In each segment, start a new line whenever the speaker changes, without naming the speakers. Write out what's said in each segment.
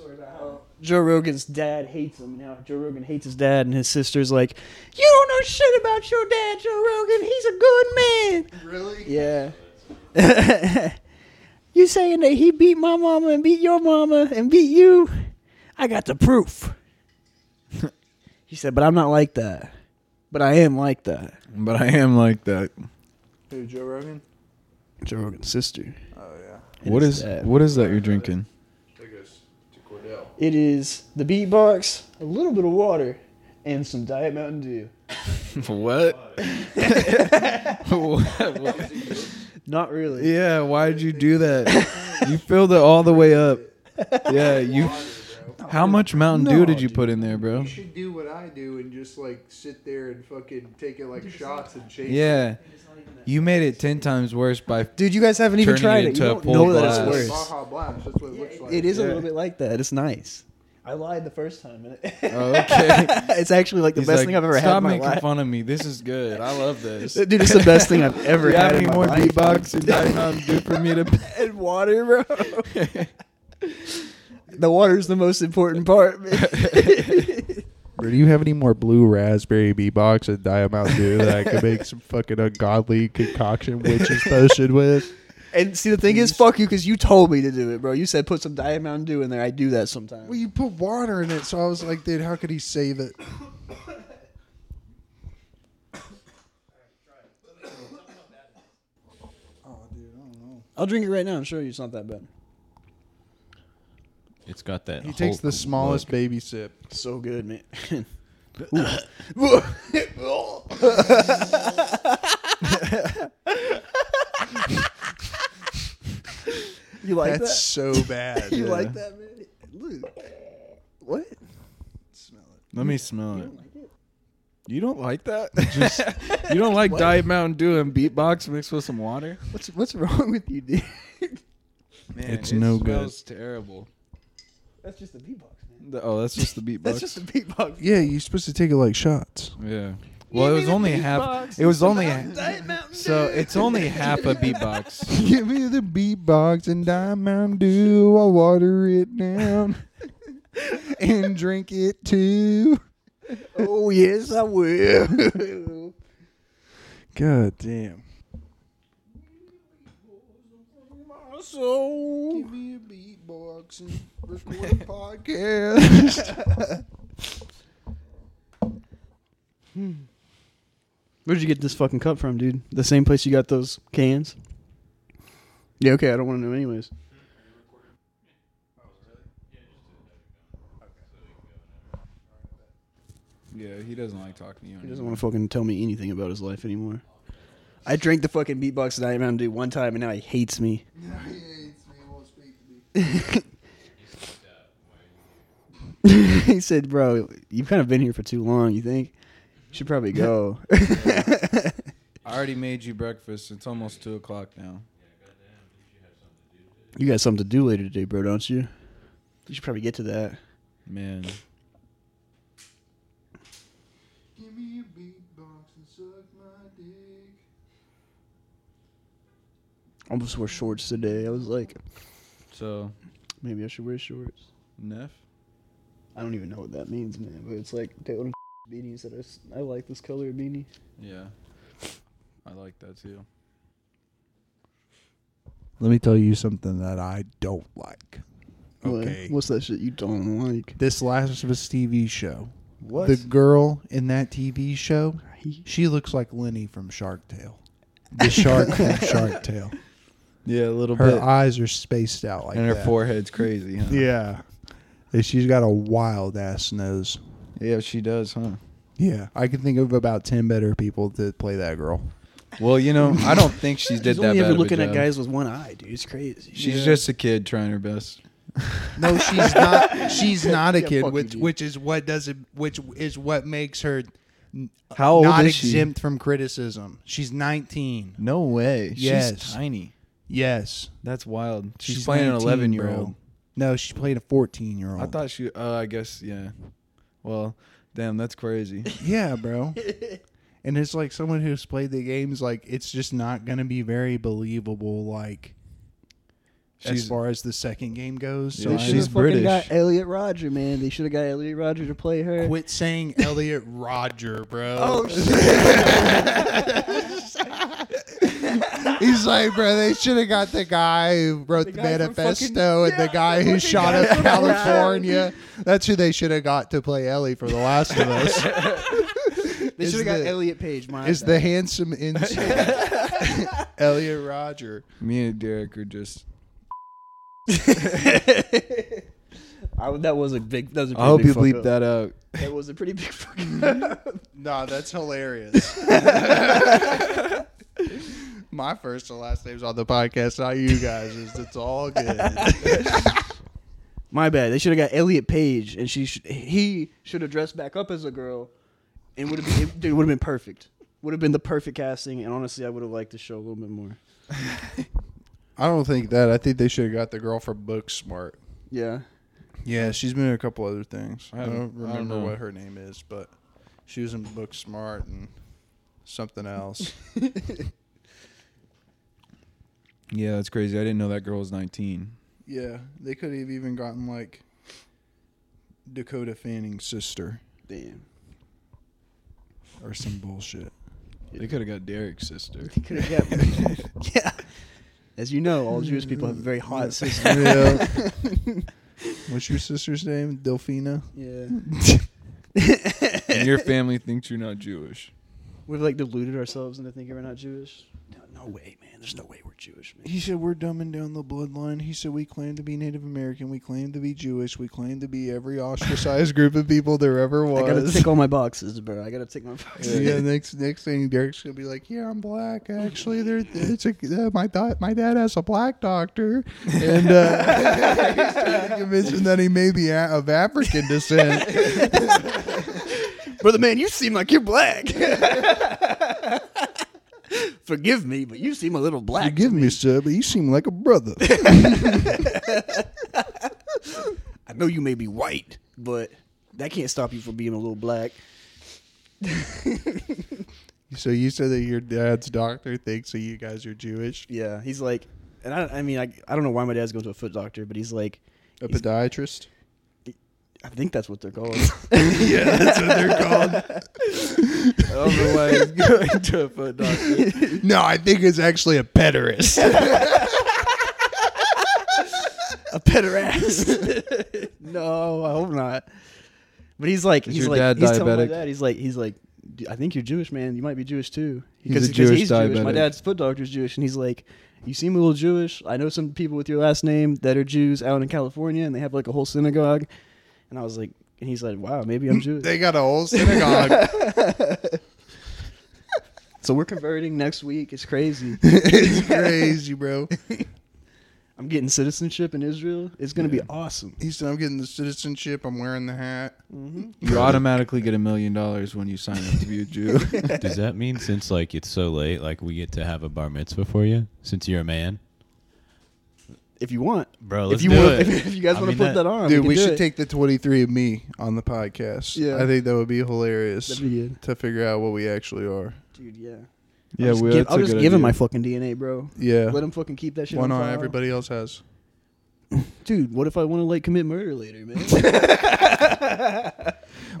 Oh. Joe Rogan's dad hates him. Now Joe Rogan hates his dad, and his sister's like, "You don't know shit about your dad, Joe Rogan. He's a good man."
Really?
Yeah. you saying that he beat my mama and beat your mama and beat you? I got the proof. he said, "But I'm not like that. But I am like that."
But I am like that.
Who, Joe Rogan?
Joe Rogan's sister.
Oh, yeah.
and
what
his
is
dad.
what is that you're drinking?
Take us to Cordell.
It is the beatbox, a little bit of water, and some Diet Mountain Dew.
what?
Not really.
yeah, why'd you do that? You filled it all the way up. Yeah, you. How much Mountain Dew
No,
did you
dude.
put in there, bro?
You should do what I do and just like sit there and fucking take it like shots and chase.
Yeah, you made it ten times worse by.
Dude, you guys haven't even
Turning it
tried it. You
into a
don't
full
know that
glass.
it's worse.
Baja Blast. That's what it looks like.
It is a
Yeah.
little bit like that. It's nice. I lied the first time. and it-
Oh, okay.
it's actually like the
He's
best
like,
thing I've ever
Stop
had in my
making
life.
fun of me. This is good. I love this.
Dude, it's the best thing I've ever
You
had
have
in
any
my
more
life.
beatbox and Diet Mountain Dew for me to?
and water, bro. the water's the most important part. man.
Do you have any more blue raspberry beatbox and Diet Mountain Dew that I could make some fucking ungodly concoction witches potion with?
and see, the thing is, fuck you, because you told me to do it, bro. You said put some Diet Mountain Dew in there. I do that sometimes.
Well, you put water in it, so I was like, dude, how could he save it?
I'll drink it right now. I'm sure you it's not that bad.
It's got that.
He takes the smallest baby sip.
So good, man. you like
That's so bad.
that? You
Yeah.
like that, man? Look. What?
Let me smell it. You don't like that? you don't like Diet Mountain Dew and beatbox mixed with some water?
What's what's wrong with you, dude?
Man,
It's
it
no good.
smells terrible.
That's just the beatbox, man.
The- oh, that's just the beatbox.
That's just the beatbox.
Yeah, you're supposed to take it like shots.
yeah. Well, it was only half. It was only
Diet Mountain
so it's only half a beatbox.
Give me the beatbox and Diamond Dew. I'll water it down and drink it too.
Oh yes, I will.
God damn.
so
Give me a beatbox and record a podcast.
Where'd you get this fucking cup from, dude? The same place you got those cans? Yeah, okay, I don't want to know anyways.
Yeah, he doesn't like talking to you.
He
anymore.
doesn't want to fucking tell me anything about his life anymore. I drank the fucking beatbox Diet Mountain Dew one time and now he hates me. he said, Bro, you've kind of been here for too long, you think? You should probably go.
I already made you breakfast. It's almost two o'clock now.
you got something to do later today, bro, don't you? You should probably get to that.
Man,
Give me a beatbox and suck my dick.
I almost wore shorts today. I was like,
so
maybe I should wear shorts.
Neff.
I don't even know what that means, man. But it's like they own beanies that I, s- I like this color of beanie.
Yeah, I like that too.
Let me tell you something that I don't like.
What?
Okay.
What's that shit you don't like?
This Last of Us TV show.
What?
The girl in that TV show, she looks like Lenny from Shark Tale. The shark from Shark Tale.
Yeah, a little
Her
bit.
eyes are spaced out like
and her
that.
forehead's crazy, huh?
Yeah. And she's got a wild ass nose.
Yeah, she does, huh?
Yeah. I can think of about 10 better people that play that girl.
Well, you know, I don't think she did
She's
that
only
bad
ever
of a
looking at
job.
guys with one eye, dude. It's crazy.
She's just a kid trying her best.
No, she's not. She's not a
Yeah,
kid,
fuck
which,
you, dude.
which is what does it, which is what makes her n-
How old
not
is she?
exempt from criticism. She's 19.
No way.
Yes.
She's tiny.
Yes.
That's wild. She's, playing an
19,
eleven-year-old.
bro. No, she's playing a 14 year old.
I thought she. Uh, I guess yeah. Well, damn, that's crazy.
Yeah, bro. and it's like someone who's played the games, like it's just not gonna be very believable. Like
She's-
as far as the second game goes. So
Yeah,
They
I-
should
she's
have fucking
British.
got Elliot Roger, man. They should have got Elliot Roger to play her. Oh,
quit saying Elliot Roger, bro. He's like, bro, they should have got the guy who wrote the,
guy from
manifesto and the guy who shot
guy
up
from
California. That's who they should have got to play Ellie for The Last of Us.
they
is
should have got
the-
Elliot Page, my
Is the handsome insane Elliot Roger?
Me and Derek are just.
I, that was a big. That was a pretty
I hope
big
you
fuck
bleep
up.
that out.
That was a pretty big fucking. up.
Nah, that's hilarious. My first and last name's on the podcast, not you guys. It's, it's all good.
my bad. They should have got Elliot Page, and she should, he should have dressed back up as a girl, and would have been it, dude would have been perfect. Would have been the perfect casting, and honestly, I would have liked the show a little bit more.
I don't think that. I think they should have got the girl from Book Smart.
Yeah,
Yeah, she's been in a couple other things. I
I
don't,
don't- I don't
remember
know.
what her name is, but she was in Book Smart and something else.
Yeah, that's crazy. I didn't know that girl was 19.
yeah, they could have even gotten like Dakota Fanning's sister
damn.
or some bullshit.
They could have got Derek's sister.
Could have got. yeah. As you know, all Jewish people have very hot sisters.
yeah. What's your sister's name? Delphina.
Yeah.
and your family thinks you're not Jewish.
We've like deluded ourselves into thinking we're not Jewish. No, no way, man. There's no way we're Jewish, man.
He said we're dumbing down the bloodline. He said we claim to be Native American. We claim to be Jewish. We claim to be every ostracized group of people there ever was.
I gotta tick all my boxes, bro. I gotta tick my boxes.
yeah. Next, next thing, Derek's gonna be like, "Yeah, I'm black. Actually, there, it's a, uh, my dad. My dad has a black doctor, and uh, he's trying to convince him that he may be a- of African descent."
Brother man, you seem like you're black. Forgive me, but you seem a little black.
Forgive me, sir, but you seem like a brother.
I know you may be white, but that can't stop you from being a little black.
so you said that your dad's doctor thinks that you guys are Jewish,
Yeah, he's like, and I, I mean, I, I don't know why my dad's going to a foot doctor, but he's like,
a podiatrist.
I think that's what they're called.
yeah, that's what they're called.
I don't know why he's going to a foot doctor.
No, I think it's actually a pederast.
a pederast. no, I hope not. But he's like,
Is
he's
your
like,
dad
he's telling my
diabetic?
dad, he's like, he's like, "D- I think you're Jewish, man. You might be Jewish too.
He's
Because
a
because
Jewish
he's Jewish. My
diabetic.
dad's foot doctor's Jewish, and he's like, you seem a little Jewish. I know some people with your last name that are Jews out in California, and they have like a whole synagogue. And I was like, and he's like, wow, maybe I'm Jewish.
they got a whole synagogue.
so we're converting next week. It's crazy.
it's crazy, bro.
I'm getting citizenship in Israel. It's gonna be awesome.
He said, "I'm getting the citizenship. I'm wearing the hat."
You automatically get a million dollars when you sign up to be a Jew.
Does that mean since like it's so late, like we get to have a bar mitzvah for you since you're a man,
If you want,
bro?
if
Let's
you
do
want,
it.
if, if you guys
I
want to
mean,
put that, on,
Dude,
we,
we,
can do
should
it.
take the 23 of me on the podcast.
Yeah.
I think that would be hilarious
That'd be good,
to figure out what we actually are.
dude. Yeah.
yeah,
I'll just,
we,
give,
that's
I'll
a
just
good
give him my
idea.
fucking DNA, bro.
Yeah.
Let him fucking keep that shit.
Why
on
not?
file.
Everybody else has.
Dude, what if I want to like commit murder later, man?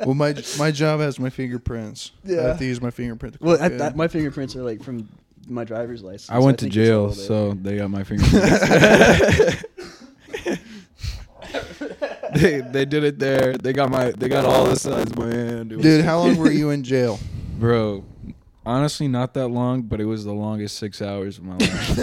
Well, my my job has my fingerprints. I
Yeah.
have to use my fingerprint. To
well, I,
clock in.
I, my fingerprints are like from my driver's license.
I went to
think it's a
jail,
little bit-
so they got my fingerprints. they they did it there. They got my they got all the signs in my hand. It was-
Dude, how long were you in jail?
bro? Honestly, not that long, but it was the longest six hours of my life.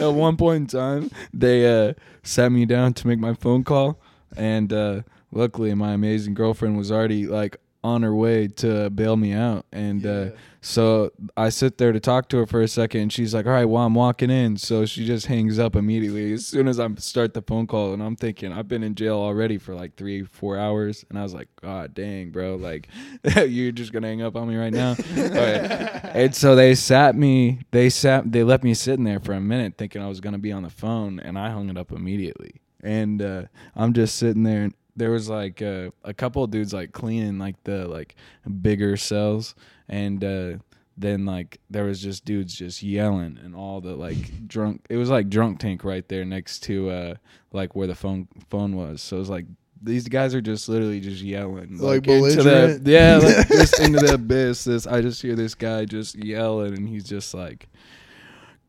At one point in time, they uh, sat me down to make my phone call, and uh, luckily, my amazing girlfriend was already like on her way to bail me out, and. Uh, so I sit there to talk to her for a second, and she's like, "All right, well, I'm walking in." So she just hangs up immediately as soon as I start the phone call, and I'm thinking, I've been in jail already for like three, four hours, and I was like, "God dang, bro! Like, you're just gonna hang up on me right now." All right. And so they sat me, they sat, they left me sitting there for a minute, thinking I was gonna be on the phone, and I hung it up immediately. And uh, I'm just sitting there, and there was like uh, a couple of dudes like cleaning like the like bigger cells and uh then like there was just dudes just yelling and all the like drunk it was like drunk tank right there next to uh like where the phone phone was so it was like these guys are just literally just yelling
Like
into the
belligerent?
yeah like, just into the abyss this i just hear this guy just yelling and he's just like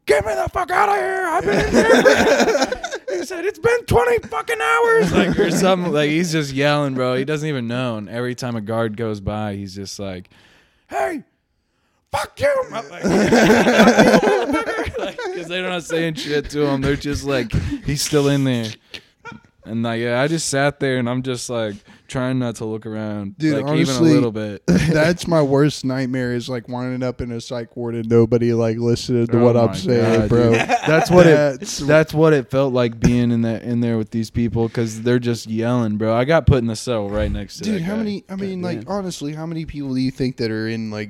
get me the fuck out of here i've been in here he said it's been 20 fucking hours like or something like he's just yelling bro he doesn't even know and every time a guard goes by he's just like hey fuck you because they're not saying shit to him they're just like he's still in there and like yeah, I just sat there and I'm just like trying not to look around,
Dude,
like even
honestly-
a little bit.
That's my worst nightmare is like winding up in a psych ward and nobody like listening to
Oh
what
my
I'm saying,
God,
bro.
dude. That's what
That's-
it. That's what it felt like being in that in there with these people because they're just yelling, bro. I got put in the cell right next to
Dude,
that
how
guy.
many? I mean,
God
like
damn.
honestly, how many people do you think that are in like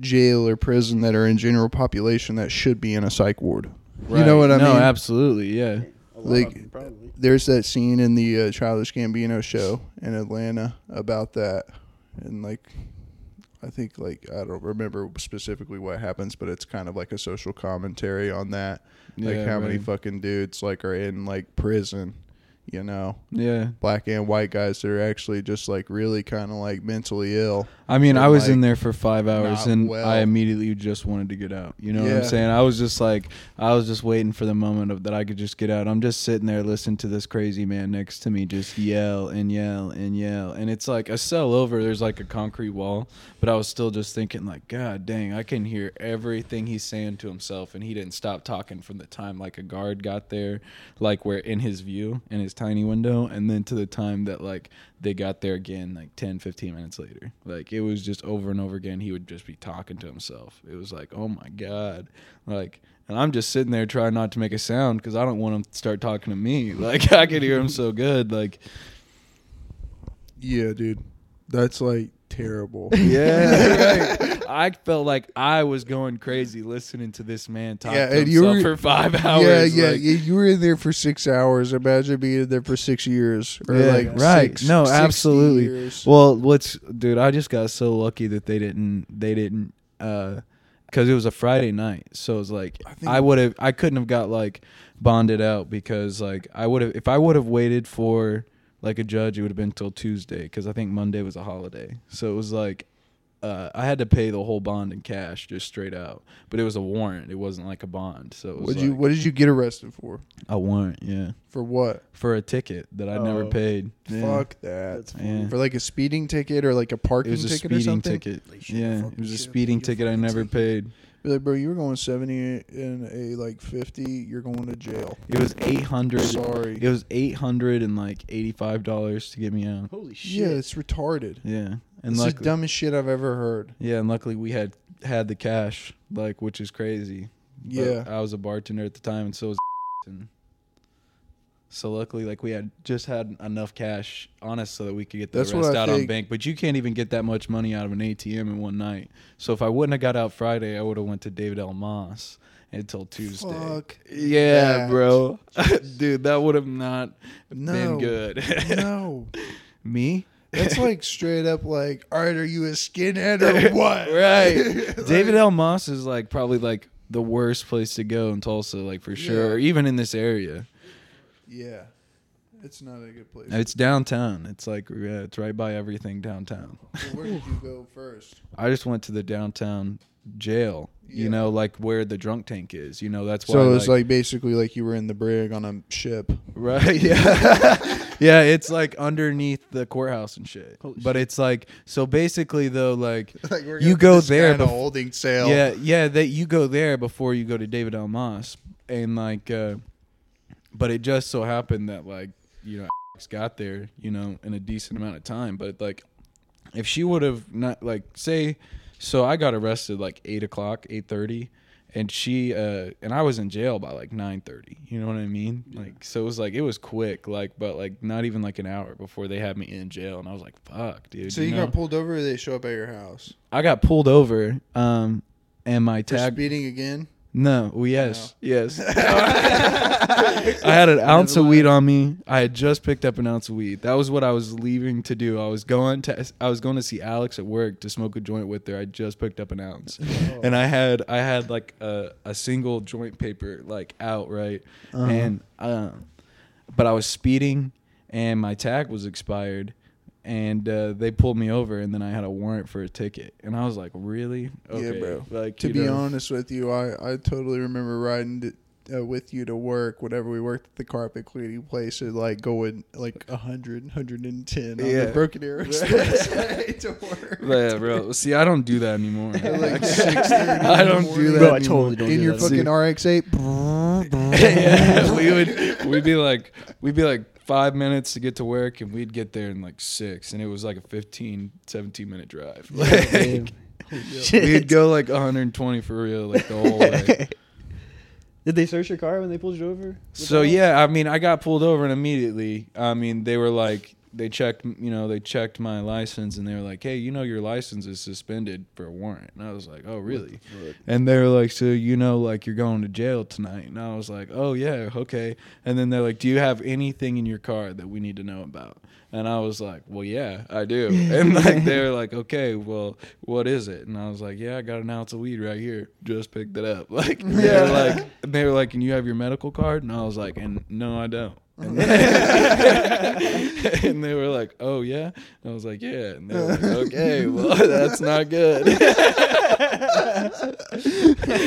jail or prison that are in general population that should be in a psych ward? You know what I
No,
mean?
absolutely, yeah.
A
Like-
of 'em, probably.
There's that scene in the uh, Childish Gambino show in Atlanta about that, and like, I think like I don't remember specifically what happens, but it's kind of like a social commentary on that, like
Yeah,
how many
right.
fucking dudes like are in like prison, you know,
Yeah,
black and white guys that are actually just like really kind of like mentally ill.
I mean,
They're,
I was
like,
in there for five hours
not
and
well.
I immediately just wanted to get out. You know what
Yeah.
I'm saying? I was just like, I was just waiting for the moment of that I could just get out. I'm just sitting there listening to this crazy man next to me just yell and yell and yell. And it's like a cell over, there's like a concrete wall, but I was still just thinking, like, God dang, I can hear everything he's saying to himself. And he didn't stop talking from the time like a guard got there, like where in his view, in his tiny window, and then to the time that like they got there again like 10 15 minutes later like it was just over and over again he would just be talking to himself it was like oh my god like and i'm just sitting there trying not to make a sound because i don't want him to start talking to me like i could hear him so good like
Yeah, dude. That's like terrible.
yeah i felt like i was going crazy listening to this man talk
Yeah,
to
and you
himself
were-
for five hours
yeah, yeah,
like-
yeah. You were in there for six hours. Imagine being there for six years or
Yeah,
like
right.
six-
no,
60
absolutely.
years.
Well, what's dude? I just got so lucky that they didn't. They didn't. uh 'cause because it was a Friday night, so it was like
I think-
I, would have. I couldn't have got like bonded out because like I would have if I would have waited for like a judge, it would have been till Tuesday because I think Monday was a holiday. So it was like. Uh, I had to pay the whole bond in cash, just straight out. But it was a warrant; it wasn't like a bond. So it was
What you
like
what did you get arrested for?
a warrant, yeah,
For what?
for a ticket that I never
Oh.
paid. Yeah.
Fuck that.
That's
Yeah.
For like a speeding ticket or like a parking
It was a
ticket or
speeding
something.
ticket.
They should've
Yeah,
fucking
it was a
should've
speeding
paid your
ticket I
fucking
never
ticket.
paid.
Be like, bro, you were going seventy in a like fifty. You're going to jail.
It was eight hundred.
Sorry.
It was eight hundred and like eighty-five dollars to get me out.
Holy shit!
Yeah, it's retarded.
Yeah, and
It's the
luckily,
dumbest shit I've ever heard.
yeah, and luckily we had had the cash, like which is crazy. But
Yeah.
I was a bartender at the time, and so was. and so luckily, like we had just had enough cash on us so that we could get the
That's what
rest
I
out on
think-
bank. But you can't even get that much money out of an ATM in one night. So if I wouldn't have got out Friday, I would have went to David L. Moss until Tuesday.
Fuck.
Yeah,
that.
bro. Dude, that would have not
No.
been good.
No.
Me?
That's like straight up like, all right, are you a skinhead or what?
Right. David L. Moss is like probably like the worst place to go in Tulsa, like for sure,
Yeah.
or even in this area.
Yeah. It's not a good place.
It's downtown. It's like yeah, it's right by everything downtown.
So where did you go first?
I just went to the downtown jail.
Yeah.
You know, like where the drunk tank is. You know, that's why.
So it was like basically like you were in the brig on a ship.
Right. Yeah. yeah. It's like underneath the courthouse and shit. but it's like so basically though, like, you go there.
kind
bef-
of holding sale.
yeah, yeah. That you go there before you go to David L. Moss, and like, uh, but it just so happened that like you know got there you know in a decent amount of time. But like, if she would have not like say, so I got arrested like eight o'clock, eight thirty. And she uh and I was in jail by like nine thirty. You know what I mean? Like so it was like it was quick, like but like not even like an hour before they had me in jail, and I was like, "Fuck, dude."
So you
know?
got pulled over. Or they show up at your house.
I got pulled over, um, and my
For
tag
speeding again.
No, well, yes, yes. I had an ounce of weed on me. I had just picked up an ounce of weed. That was what I was leaving to do. I was going to I was going to see Alex at work to smoke a joint with her. I just picked up an ounce,
Oh.
and I had I had like a, a single joint paper like out right,
Uh-huh.
and um, but I was speeding and my tag was expired. And uh, they pulled me over, and then I had a warrant for a ticket, and I was like, "Really?
Yeah, bro.
Like
To
you
be
know.
honest with you, I, I totally remember riding to, uh, with you to work whenever we worked at the carpet cleaning place and like going like 100, 110 on
Yeah.
the Broken Arrow Expressway to work.
Yeah, bro. See, I don't do that anymore.
At, like 6:30
I
in the
don't
morning.
do that.
Bro, I
anymore.
totally don't
In
do
your
that.
fucking RX-8.
yeah, we would we'd be like we'd be like five minutes to get to work, and we'd get there in like six, and it was like a 15, 17 minute drive.
Damn.
Like,
Holy
we'd
shit.
go like one hundred and twenty for real, like the whole way.
Did they search your car when they pulled you over?
So yeah, I mean, I got pulled over and immediately, I mean, they were like, they checked, you know, they checked my license and they were like, hey, you know, your license is suspended for a warrant. And I was like, oh, really? And they were like, so you know, like you're going to jail tonight. And I was like, oh yeah, okay. And then they're like, do you have anything in your car that we need to know about? And I was like, well, yeah, I do. And like they were like, okay, well, what is it? And I was like, yeah, I got an ounce of weed right here. Just picked it up. Like they were like, they were like, and you have your medical card? And I was like, and no, I don't. And and they were like, "Oh yeah," and I was like, "Yeah," and they were like, "Okay, well, that's not good."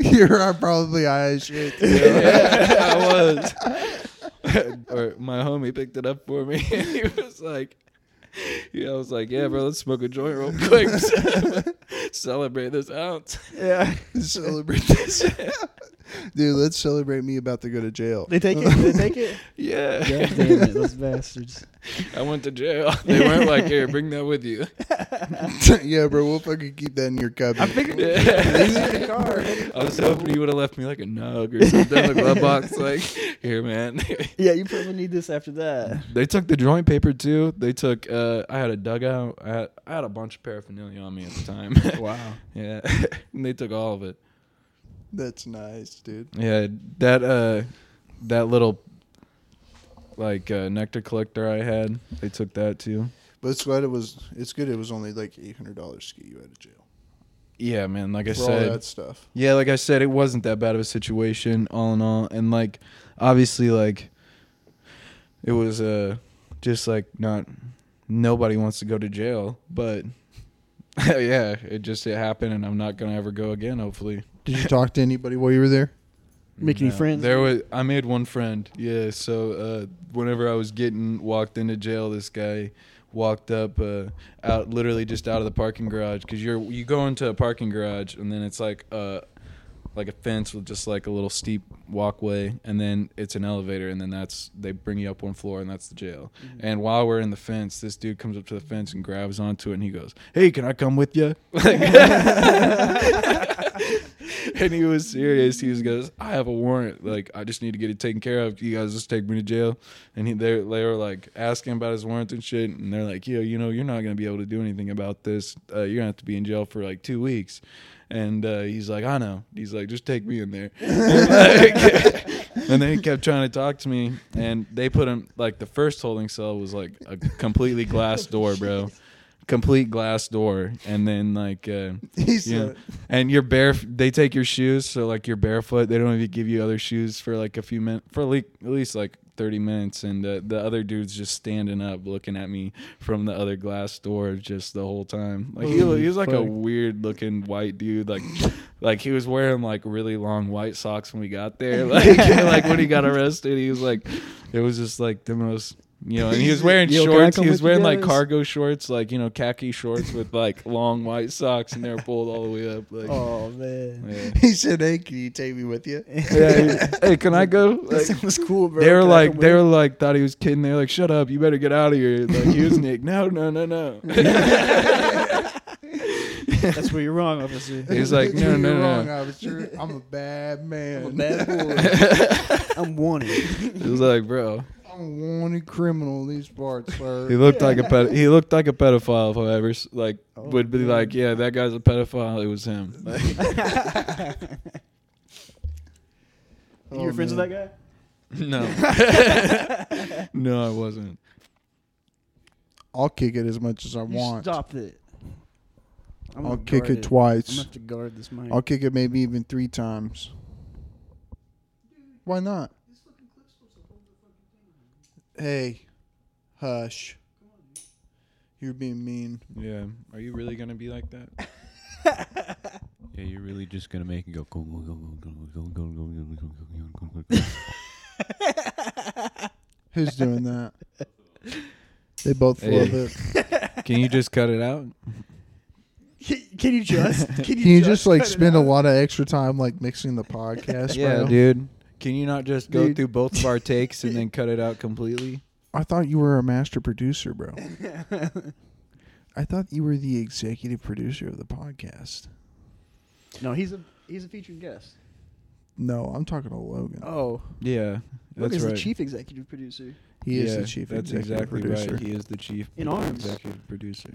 You're probably high as shit. too.
yeah, I was. or my homie picked it up for me, and he was like, "Yeah," I was like, "Yeah, bro, let's smoke a joint real quick, celebrate this ounce."
Yeah.
Celebrate this. Dude, let's celebrate me about to go to jail.
They take it. They take it.
Yeah,
God damn it, those bastards.
I went to jail. They weren't like, "Here, bring that with you."
yeah, bro, we'll fucking keep that in your cupboard.
Yeah. I was hoping you would have left me like a nug or something, in the glove box. Like, here, man.
Yeah, you probably need this after that.
They took the joint paper too. They took. Uh, I had a dugout. I had, I had a bunch of paraphernalia on me at the time.
Wow.
yeah, and they took all of it.
That's nice, dude.
Yeah, that uh, that little like uh, nectar collector I had. They took that too.
But it's glad it was. It's good. It was only like eight hundred dollars to get you out of jail
Yeah, man. Like I
for
said,
all that stuff.
Yeah, like I said, it wasn't that bad of a situation, all in all, and like obviously, like it was uh just like not nobody wants to go to jail, but yeah, it just it happened, and I'm not gonna ever go again. Hopefully,
Did you talk to anybody while you were there?
Make any
No.
friends?
There was I made one friend. Yeah, so uh, whenever I was getting walked into jail, this guy walked up uh, out literally just out of the parking garage because you're you go into a parking garage and then it's like uh like a fence with just like a little steep walkway and then it's an elevator and then that's they bring you up one floor and that's the jail
Mm-hmm.
and while we're in the fence this dude comes up to the fence and grabs onto it and he goes hey can i come with you and he was serious. He was goes, I have a warrant. Like I just need to get it taken care of. You guys just take me to jail. And he, they they were like asking about his warrant and shit. And they're like, yo, you know, you're not gonna be able to do anything about this. Uh, you're gonna have to be in jail for like two weeks. And uh, he's like, I know. He's like, just take me in there. and then he kept trying to talk to me. And they put him like the first holding cell was like a completely glass door, bro. Complete glass door. And then like. Uh,
He's
yeah.
yeah.
and you're bare. They take your shoes, so like you're barefoot. They don't even give you other shoes for like a few minutes, for like, at least like thirty minutes. And uh, the other dude's just standing up, looking at me from the other glass door, just the whole time. Like he, lo- he was like a
Fuck.
weird looking white dude. Like, like he was wearing like really long white socks when we got there. Like, like when he got arrested, he was like, it was just like the most. You know, and he was wearing
Yo, can I
shorts.
come
He was
with you
wearing like
guys?
cargo shorts, like you know, khaki shorts with like long white socks, and they're pulled all the way up. Like,
Oh man.
yeah.
he said, "Hey, can you take me with you?"
Yeah, hey, can I go? Like,
that was cool, bro.
they were
Can I
like,
come
they
with
were like, thought he was kidding. They were like, shut up, you better get out of here. Like, he was Nick. No, no, no, no.
you? That's where you're wrong, officer.
He was like, no,
You're
no,
wrong,
no.
officer. I'm a bad man.
I'm a bad boy. I'm wanted.
He was like, bro,
I'm a wanted criminal in these parts, sir.
he looked like a ped- he looked like a pedophile. However, s- like
Oh,
would be like, yeah, that guy's a pedophile. It was him. Like,
Oh,
you were friends with that
No. no, I wasn't.
I'll kick it as much as I
guy? You
want.
Stop it. I'm
I'll
gonna
kick
guard
it
I'm
twice.
gonna have to guard this mic.
I'll kick it maybe even three times. Why not? Hey, hush. You're being mean.
Yeah. Are you really gonna be like that?
Yeah, you're really just gonna make it go.
Who's doing that? They both
Hey.
love it.
Can you just cut it out?
Can, can you just? Can you,
Can you just like
cut it
spend a
out?
lot of extra time like mixing the podcast? bro?
dude. Can you not just go
Dude.
through both of our takes and then cut it out completely?
I thought you were a master producer, bro. I thought you were the executive producer of the podcast.
No, he's a he's a featured guest.
No, I'm talking to Logan.
Oh,
Yeah, that's
Logan's
right.
the chief executive producer.
He is
Yeah,
the chief
That's
executive
exactly
producer.
right. He is the chief
In arms.
executive producer.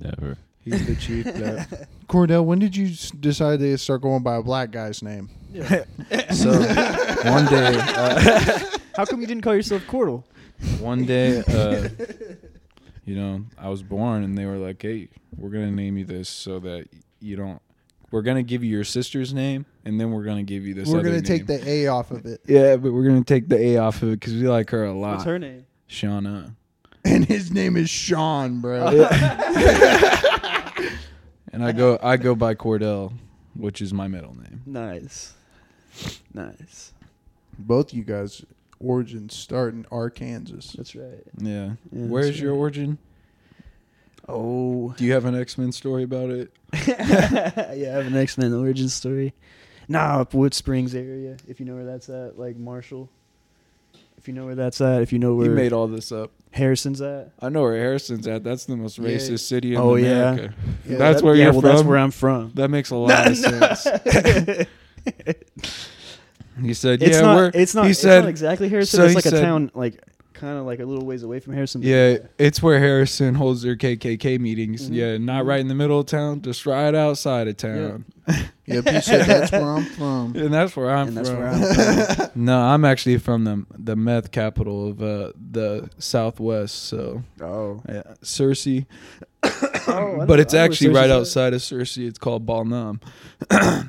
Never.
He's the chief. that-
Cordell, when did you s- decide to start going by a black guy's name?
Yeah.
so one day, uh,
How come you didn't call yourself Cordell?
one day, uh, you know, I was born, and they were like, "Hey, we're gonna name you this so that you don't. We're gonna give you your sister's name, and then we're gonna give you this.
We're
other
gonna take
name.
the A off of it.
Yeah, but we're gonna take the A off of it because we like her a lot.
What's her name?
Shauna.
And his name is Sean, bro.
And I go I go by Cordell, which is my middle name.
Nice, nice.
Both you guys' origins start in Arkansas.
That's right.
Yeah.
Yeah,
Where's
that's
your
right.
origin?
Oh,
Do you have an X Men story about it?
yeah, I have an X Men origin story. Nah, up Wood Springs area, if you know where that's at, like Marshall. If you know where that's at, if you know
He
where
made all this up.
Harrison's at.
I know where Harrison's at. That's the most
Yeah.
racist city in
Oh, yeah.
America.
Yeah,
that's
that-
where
yeah,
you're
well,
from.
That's where I'm from.
that makes a lot of sense. he said,
it's
"Yeah, we're."
not. It's not.
He
it's
said,
not exactly Harrison.
so
it's
he
like a
said-
town, like kind of like a little ways away from Harrison. but
"Yeah, it's where Harrison holds their KKK meetings.
Mhm.
Yeah, not right in the middle of town, just right outside of town.
Yep, you said that's where I'm from.
And that's where I'm
and
from.
that's where I'm from.
No, I'm actually from the the meth capital of uh, the Southwest, so
oh,
yeah, Cersei.
Oh, I
But
know-
it's
I know where
actually
Cersei's
right
at.
outside of Cersei. It's called Balnam.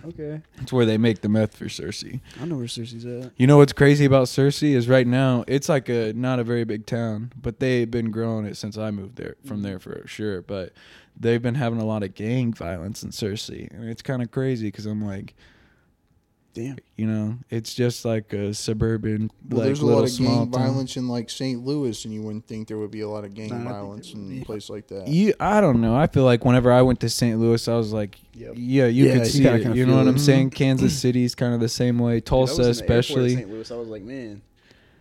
Okay,
It's where they make the meth for Cersei.
I know where Cersei's at.
You know what's crazy about Cersei is right now it's like a not a very big town, but they've been growing it since I moved there
Mm-hmm.
from there for sure. But they've been having a lot of gang violence in Cersei, and it's kind of crazy because I'm like,
Damn.
you know, it's just like a suburban
Well,
like
there's a
little
lot of
small
gang
town.
violence in like St. Louis, and you wouldn't think there would be a lot of gang
No, I don't think
violence
there would
in
be.
a place like that.
you I don't know. I feel like whenever I went to St. Louis, I was like,
Yep.
yeah, you
Yeah, you
could see
gotta
it.
kinda
You know
feel
what
it.
I'm saying? Kansas City's kind of the same way. Tulsa, especially.
St. Louis, I was like, man,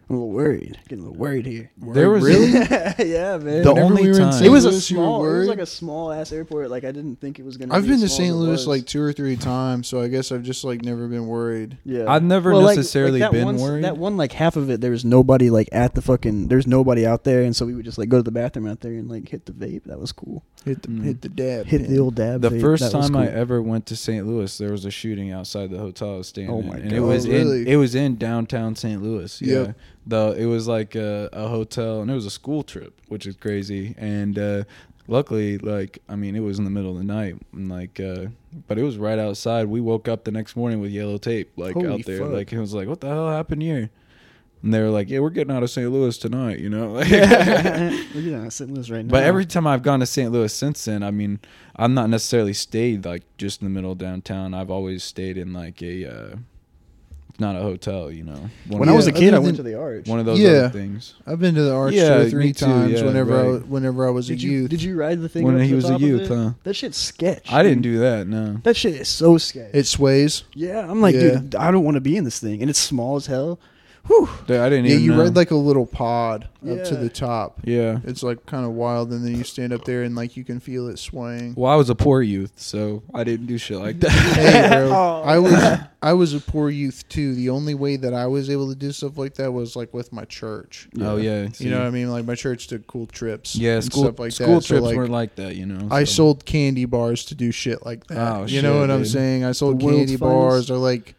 I'm a little worried. Getting a little worried here.
There was
Really?
yeah, man.
The only
we were in
time-
St.
it was a
Louis, you were
small. It was
worried?
like a small ass airport. Like I didn't think it was gonna.
I've
be
been to
as small as
St.
it
Louis
was.
like two or three times, so I guess I've just like never been worried.
Yeah.
I've never
Well, like-
necessarily
like that
been
one,
worried.
That one, like half of it, there was nobody like at the fucking. There's nobody out there, and so we would just like go to the bathroom out there and like hit the vape. That was cool.
Hit the
Mm.
hit the dab.
Hit the
pen.
old dab.
the
vape.
first
That was
time I
cool.
ever went to St. Louis, there was a shooting outside the hotel I was staying
Oh
in,
my
and
God.
it was
Oh, really?
in it was in downtown St. Louis. Yeah,
Yep.
the it was like a, a hotel, and it was a school trip, which is crazy. And uh, luckily, like I mean, it was in the middle of the night, and like, uh, but it was right outside. We woke up the next morning with yellow tape, like
Holy
out there,
fuck.
like it was like, what the hell happened here? And they were like, yeah, we're getting out of St. Louis tonight, you know. Like,
Look at that, St. Louis right now.
But every time I've gone to St. Louis since then, I mean, I'm not necessarily stayed like just in the middle of downtown. I've always stayed in like a, uh, not a hotel, you know. One
when
of
I was a
Yeah,
kid,
other
I went to
than-
the arch.
one of those
Yeah.
other things.
I've been to the arch
Yeah,
two or three
me too,
times
yeah,
whenever I,
right.
whenever I was
did
a
you
youth.
did you ride the thing?
When
up to
he
the
was a
top of
youth,
it?
huh?
That shit's sketch.
I didn't
dude.
do that. No.
That shit is so sketch.
it sways.
yeah, I'm like,
Yeah.
dude, I don't want to be in this thing, and it's small as hell. Whew.
Dude, I didn't.
Yeah,
even
you
know.
ride like a little pod up to
Yeah.
the top.
Yeah.
It's like kind of wild, and then you stand up there and like you can feel it swaying.
Well, I was a poor youth, so I didn't do shit like that.
Hey, bro,
Oh.
I was I was a poor youth too. The only way that I was able to do stuff like that was like with my church.
Oh yeah.
You know what I mean? Like my church did cool trips.
Yeah.
and
School
stuff like
school
that.
trips
so, like,
weren't like that, you know.
I
so.
sold candy bars to do shit like that.
Oh,
you know
shit,
what I'm
dude.
saying? I sold
The world's
candy bars
finest.
or like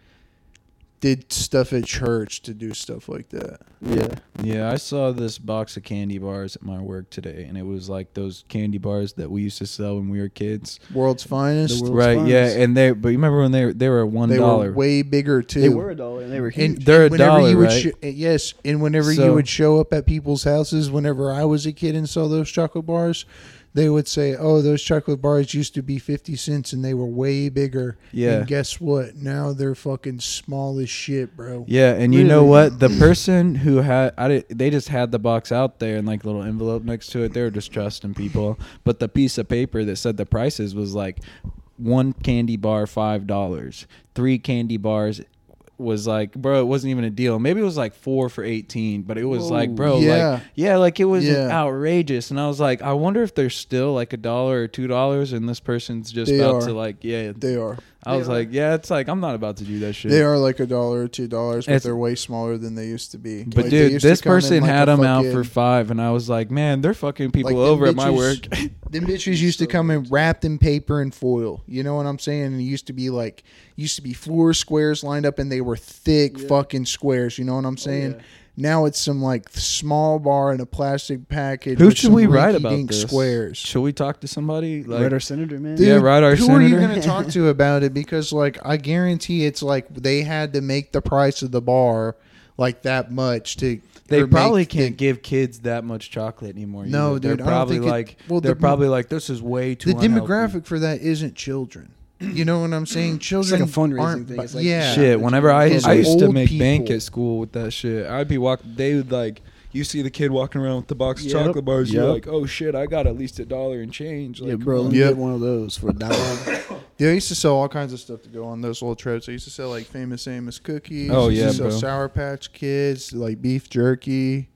did stuff at church to do stuff like that.
Yeah.
Yeah, I saw this box of candy bars at my work today, and it was like those candy bars that we used to sell when we were kids.
World's
The
finest.
world- Those
right?
buns.
Yeah, and they but you remember when they were- they were one
they
dollar?
were way bigger too.
They were a dollar and they were huge.
And
They're a
whenever
dollar,
you would
right?
sho- eh, yes, and whenever
So-
you would show up at people's houses, whenever I was a kid and saw those chocolate bars, they would say, "Oh, those chocolate bars used to be fifty cents, and they were way bigger."
Yeah.
And guess what? Now they're fucking small as shit, bro.
Yeah, and you know
Really?
what? The person who had I did, they just had the box out there and like little envelope next to it. They were just trusting people, but the piece of paper that said the prices was like one candy bar five dollars, three candy bars was like bro it wasn't even a deal maybe it was like four for 18 but it was like bro
Yeah.
like yeah like it was
Yeah.
outrageous and i was like i wonder if there's still like a dollar or two dollars and this person's just
They
about
are.
to like yeah
They are.
i was like yeah it's like i'm not about to do that shit
They are like a dollar or two dollars, but
It's-
they're way smaller than they used to be.
But
Like, they
dude,
used to
this
come in
person
like
had
a
them out
fucking-
for five, and I was like, man, they're fucking people
Like, them
over at my
bitches-
work.
Them bitches used to come in wrapped in paper and foil. You know what I'm saying? And it used to be like used to be four squares lined up and they were thick fucking squares. You know what
Oh,
I'm saying?
yeah.
Now it's some like small bar in a plastic package.
Who
with
should
some
we write about
rinky-dink
this?
Squares.
Should we talk to somebody? Like,
Red or Senator, man.
Dude, Yeah, right, our
Who are
senator.
you going to talk to about it? Because like I guarantee it's like they had to make the price of the bar like that much to. or
they
make
probably
the-
can't give kids that much chocolate anymore.
No,
either.
dude,
They're
I don't
probably
think it-
like,
well,
they're
the-
probably like, this is way too.
the
unhealthy."
demographic for that isn't children. You know what I'm saying? Children
fundraising
aren't,
thing.
bu-
It's like,
yeah,
Shit. Whenever I
It's
I used to
old
make bank
people.
at school with that shit, I'd be walking. They would like. You see the kid walking around with the box of
Yep.
chocolate bars, you're
Yep.
like, "Oh shit, I got at least a dollar in change." Like,
yeah, bro. Let me
Yep.
get one of those for a dollar.
Yeah, I used to sell all kinds of stuff to go on those little trips. I used to sell like famous Amos cookies.
Oh,
I used
yeah,
to sell
bro.
Sour Patch Kids, like beef jerky,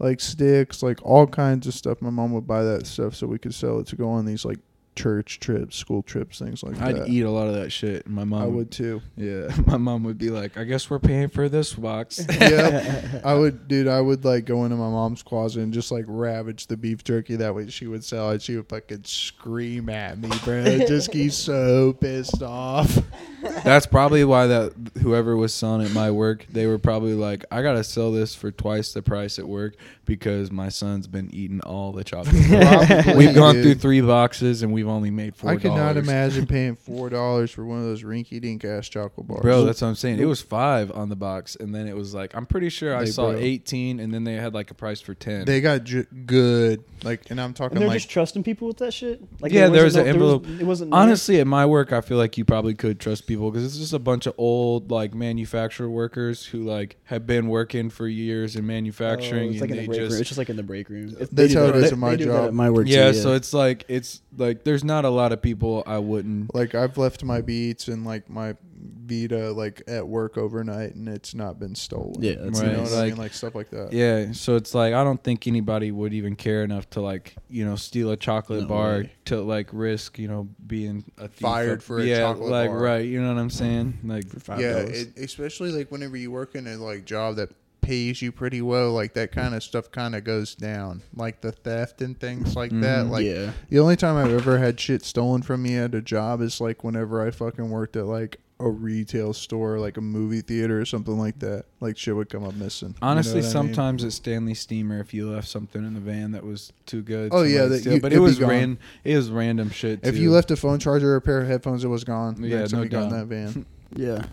like sticks, like all kinds of stuff. My mom would buy that stuff so we could sell it to go on these like church trips, school trips, things like
I'd
that.
eat a lot of that shit. and My mom
I would too.
Yeah, my mom would be like, "I guess we're paying for this box."
yeah, I would, dude. I would like go into my mom's closet and just like ravage the beef jerky that way she would sell it. She would fucking scream at me, bro. just get so pissed off.
That's probably why that whoever was selling at my work, they were probably like, "I gotta sell this for twice the price at work because my son's been eating all the chocolate."
Probably,
we've gone
dude.
through three boxes and we've only made four.
I could not
dollars.
imagine paying four dollars for one of those rinky dink ass chocolate bars.
Bro, that's what I'm saying. It was five on the box, and then it was like I'm pretty sure I
Hey,
saw
bro.
18, and then they had like a price for 10.
they got ju- good. Like, and I'm talking
and they're
like
just trusting people with that shit. Like
yeah,
wasn't
there was
no-
an envelope.
was- it wasn't
Honestly, at my work, I feel like you probably could trust people because it's just a bunch of old like manufacturer workers who like have been working for years in
Oh,
manufacturing,
it's like
and
in the
they
break room.
just
It's just like in the break room. If
That's
do
how it
that-
is
they-
at my
they do that
job.
at my work.
yeah,
too,
So it's like it's like there's not a lot of people I wouldn't.
like I've left my beats and like my Vita like at work overnight, and it's not been stolen.
Yeah, that's
you know
nice.
what I
Like-
mean, like stuff like that.
Yeah, so it's like I don't think anybody would even care enough to like you know steal a chocolate
No
bar
way.
to like risk you know being a thief
Fired
of-
for a
yeah,
chocolate
like
bar.
right. You know what I'm saying? Like
five
yeah,
dollars.
it, especially like whenever you work in a like job that pays you pretty well, like that kind of stuff kind of goes down, like the theft and things like that.
Mhm.
Like
Mm, yeah.
the only time I've ever had shit stolen from me at a job is like whenever I fucking worked at like a retail store, like a movie theater or something like that. Like shit would come up missing. You know
Honestly,
what I mean?
sometimes at Stanley Steamer, if you left something in the van that was too good,
Oh, yeah,
somebody
that
steal-
you-
but
it'd
it
be
was
gone.
ran, it was random shit.
If
too.
you left a phone charger or a pair of headphones, it was gone.
Yeah, no
Then somebody got in
doubt.
that van.
yeah.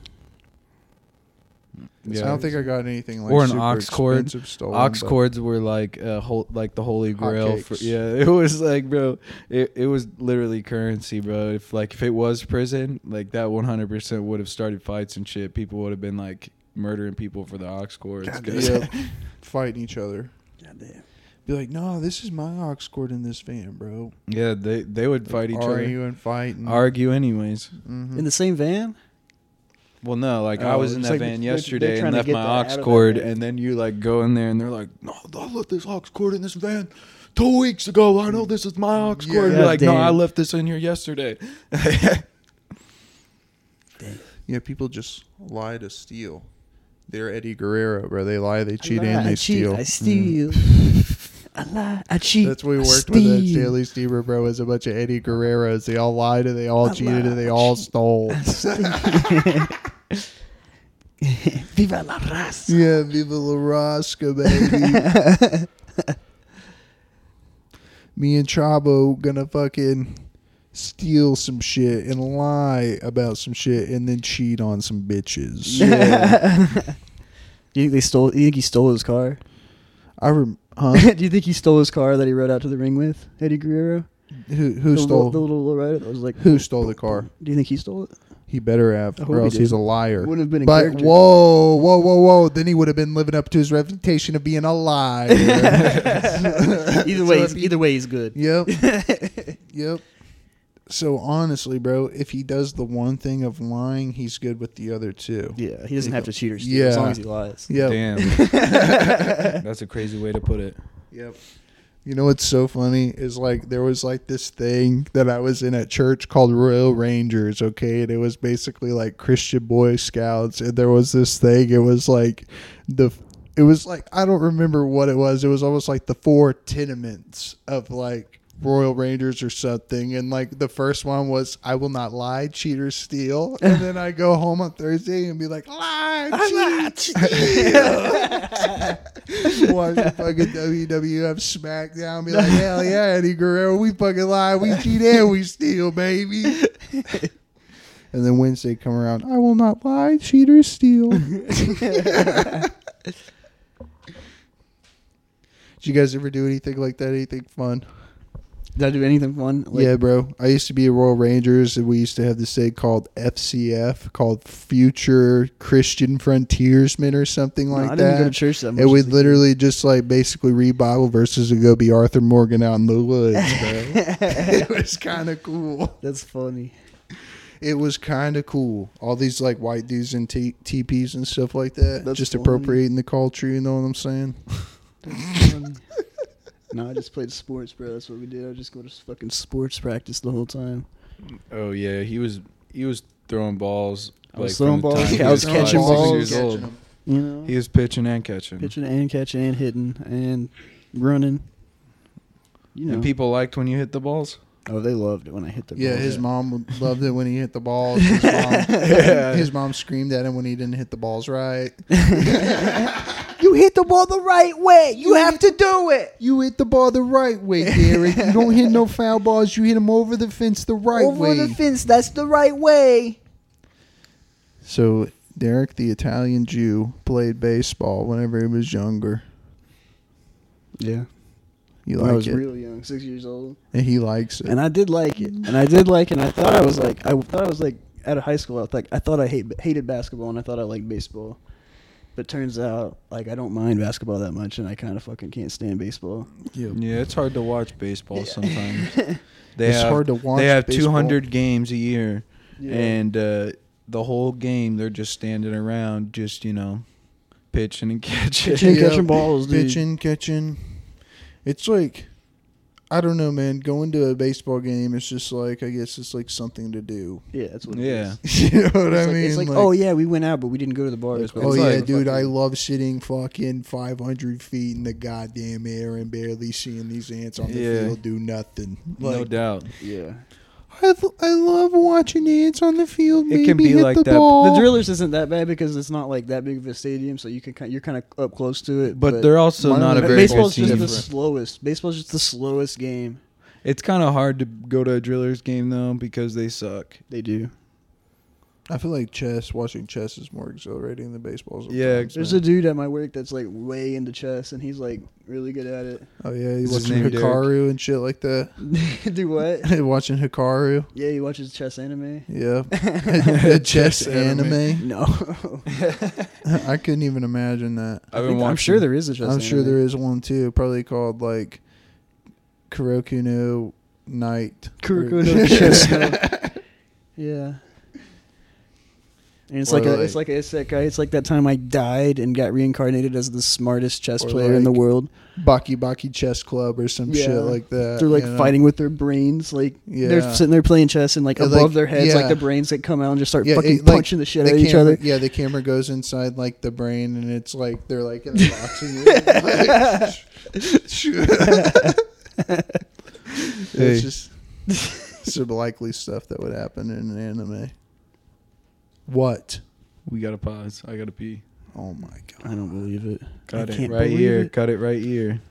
So I don't think I got anything like
Or an
super
aux cord.
expensive Stolen,
ox
but-
cords were like uh, whole, like the holy
Hot
grail for
cakes.
yeah it was like bro it, it was literally currency bro if like if it was prison like that 100% would have started fights and shit people would have been like murdering people for the ox cords 'cause-
Yep. fighting each other.
Goddamn.
Be like, no, this is my ox cord in this van, bro.
yeah they they would fight each
Are
other
you in fighting?
argue anyways
Mhm.
In the same van?
well no like i
Oh,
was in
it's
that
like
van
they're- they're
yesterday
trying
and
to
left
get
my
that
ox
out of
cord
there.
and then you like go in there and they're like no i left this ox cord in this van two weeks ago i know this is my ox
Yeah.
cord you're like no
Goddamn.
i left this in here yesterday
yeah, people just lie to steal. They're Eddie Guerrero, bro. They lie, they cheat,
I lie,
and they
I cheat,
steal.
I steal. I lie. I cheat.
That's what we
I
worked with at
steal.
Daily Steamer, bro. Is a bunch of Eddie Guerreros. They all lied and they all
I
cheated
lie,
and they
I
all
cheat.
stole.
Viva la raza.
Yeah, Viva La Rosca, baby. Me and Chavo gonna fucking steal some shit and lie about some shit and then cheat on some bitches.
you think they stole? You think he stole his car?
I rem- huh?
Do you think he stole his car that he rode out to the ring with Eddie Guerrero?
Who, who
the,
stole
little- the little little rider that was like?
who stole the car?
Do you think he stole it?
He better have,
I hope
or
Oh, he
else
did.
he's a liar.
Wouldn't have been a
but
character.
whoa, whoa, whoa, whoa! Then he would have been living up to his reputation of being a liar.
either
So
way, he's,
if he-
either way, he's good.
Yep. yep. So honestly, bro, if he does the one thing of lying, he's good with the other two.
Yeah, he doesn't have to cheat or steal
Yeah.
as long as he lies.
Yep.
Damn. That's a crazy way to put it.
Yep. You know what's so funny is like there was like this thing that I was in at church called Royal Rangers, okay, and it was basically like Christian Boy Scouts, and there was this thing. It was like the it was like I don't remember what it was. It was almost like the four tenements of like Royal Rangers or something. And like the first one was I will not lie, cheat or steal. And then I go home on Thursday and be like lie, cheat, watch the fucking WWF SmackDown, be like, hell yeah, Eddie Guerrero, we fucking lie, we cheat and we steal, baby. and then Wednesday come around, I will not lie, cheat or steal. Did you guys ever do anything like that? Anything fun?
Did I do anything fun? Like,
yeah, bro. I used to be a Royal Rangers, and we used to have this thing called FCF, called Future Christian Frontiersmen or something
no,
like
I
that.
didn't go to church that much.
And we
as a kid.
literally just like basically read Bible verses and go be Arthur Morgan out in the woods, bro. it was kind of cool.
That's funny.
It was kind of cool. All these like white dudes in t- teepees and stuff like that,
That's
just
funny.
appropriating the culture. You know what I'm saying?
Um, no, I just played sports, bro. That's what we did. I just go to fucking sports practice the whole time.
Oh yeah, he was he was throwing balls.
I was throwing
from the
balls,
time he
I was
five,
catching
six
balls.
Years old.
You know,
He was pitching and catching.
pitching and catching and hitting and running. You know,
And people liked when you hit the balls.
oh, they loved it when I hit the
Yeah,
ball.
his mom would- loved it when he hit the balls. His mom, his mom screamed at him when he didn't hit the balls right.
You hit the ball the right way. You have to do it.
You hit the ball the right way, Derek. You don't hit no foul balls. You hit them over the fence the right
Over
way.
the fence. That's the right way.
So Derek, the Italian Jew, played baseball whenever he was younger.
Yeah,
You
when I
like
was
it,
real young, six years old,
and he likes it.
and I did like it, and I did like, it, and I thought I was like, I thought I was like out of high school. I thought I thought I hate, hated basketball, and I thought I liked baseball. But turns out, like, I don't mind basketball that much, and I kind of fucking can't stand baseball.
Yeah, it's hard to watch baseball sometimes. They
It's
have,
hard to watch
They have
baseball.
200 games a year,
Yeah.
and uh, the whole game they're just standing around, just you know, pitching and catching.
Pitching. catching balls, dude.
pitching, catching. It's like I don't know, man. Going to a baseball game is just like I guess it's like something to do.
Yeah, that's what. It
yeah,
is.
you know what I
It's like,
mean?
it's like, oh yeah, we went out, but we didn't go to the bar.
like,
That's what
oh
it's
yeah,
like.
dude! I love sitting fucking 500 feet in the goddamn air and barely seeing these ants on the
Yeah.
field do nothing.
no
Like,
doubt.
yeah.
I, I love watching ants on the field.
It can maybe be hit like the that. ball.
The
Ball.
Drillers isn't that bad because it's not like that big of a stadium, so you can ki- you're kind of up close to it.
But, they're also
Mine
not a
would
but
be
very good
baseball's
team.
just the slowest. Baseball's just the slowest game.
It's kind of hard to go to a Drillers game though because they suck.
They do.
I feel like chess. Watching chess is more exhilarating than baseball.
Yeah,
sometimes,
There's
man.
a dude at my work that's like way into chess, and he's like really good at
oh yeah, you
Is his
watching
name Derek?
Hikaru and shit like that.
it. do what?
watching Hikaru.
Yeah, he watches chess anime.
Yeah, the chess anime.
No,
I couldn't even imagine that.
I've
think- I'm sure there is a chess.
I'm sure
anime.
there is one too, probably called like Kuroku no Night.
Kuroku no chess. Yeah. And it's
Or
like, a,
like-
it's like a isekai. It's like that time I died and got reincarnated as the smartest chess
Or
player in the
like-
world.
Baki Baki Chess Club or some
Yeah.
shit like that.
they're like
you know?
fighting with their brains. Like
uh, Yeah.
they're sitting there playing chess and like
Yeah,
above
like-
their heads, like
yeah.
the brains that come out and just start
Yeah,
fucking
it, like,
punching the shit
the
out of each
camera-
other.
Yeah, the camera goes inside like the brain, and it's like they're like in a boxing ring. like,
Hey.
It's just some likely stuff that would happen in an anime. What?
We gotta pause. I gotta pee.
Oh my god.
I don't believe it.
Got
I
it
can't
right
believe
here.
it.
Got it right here.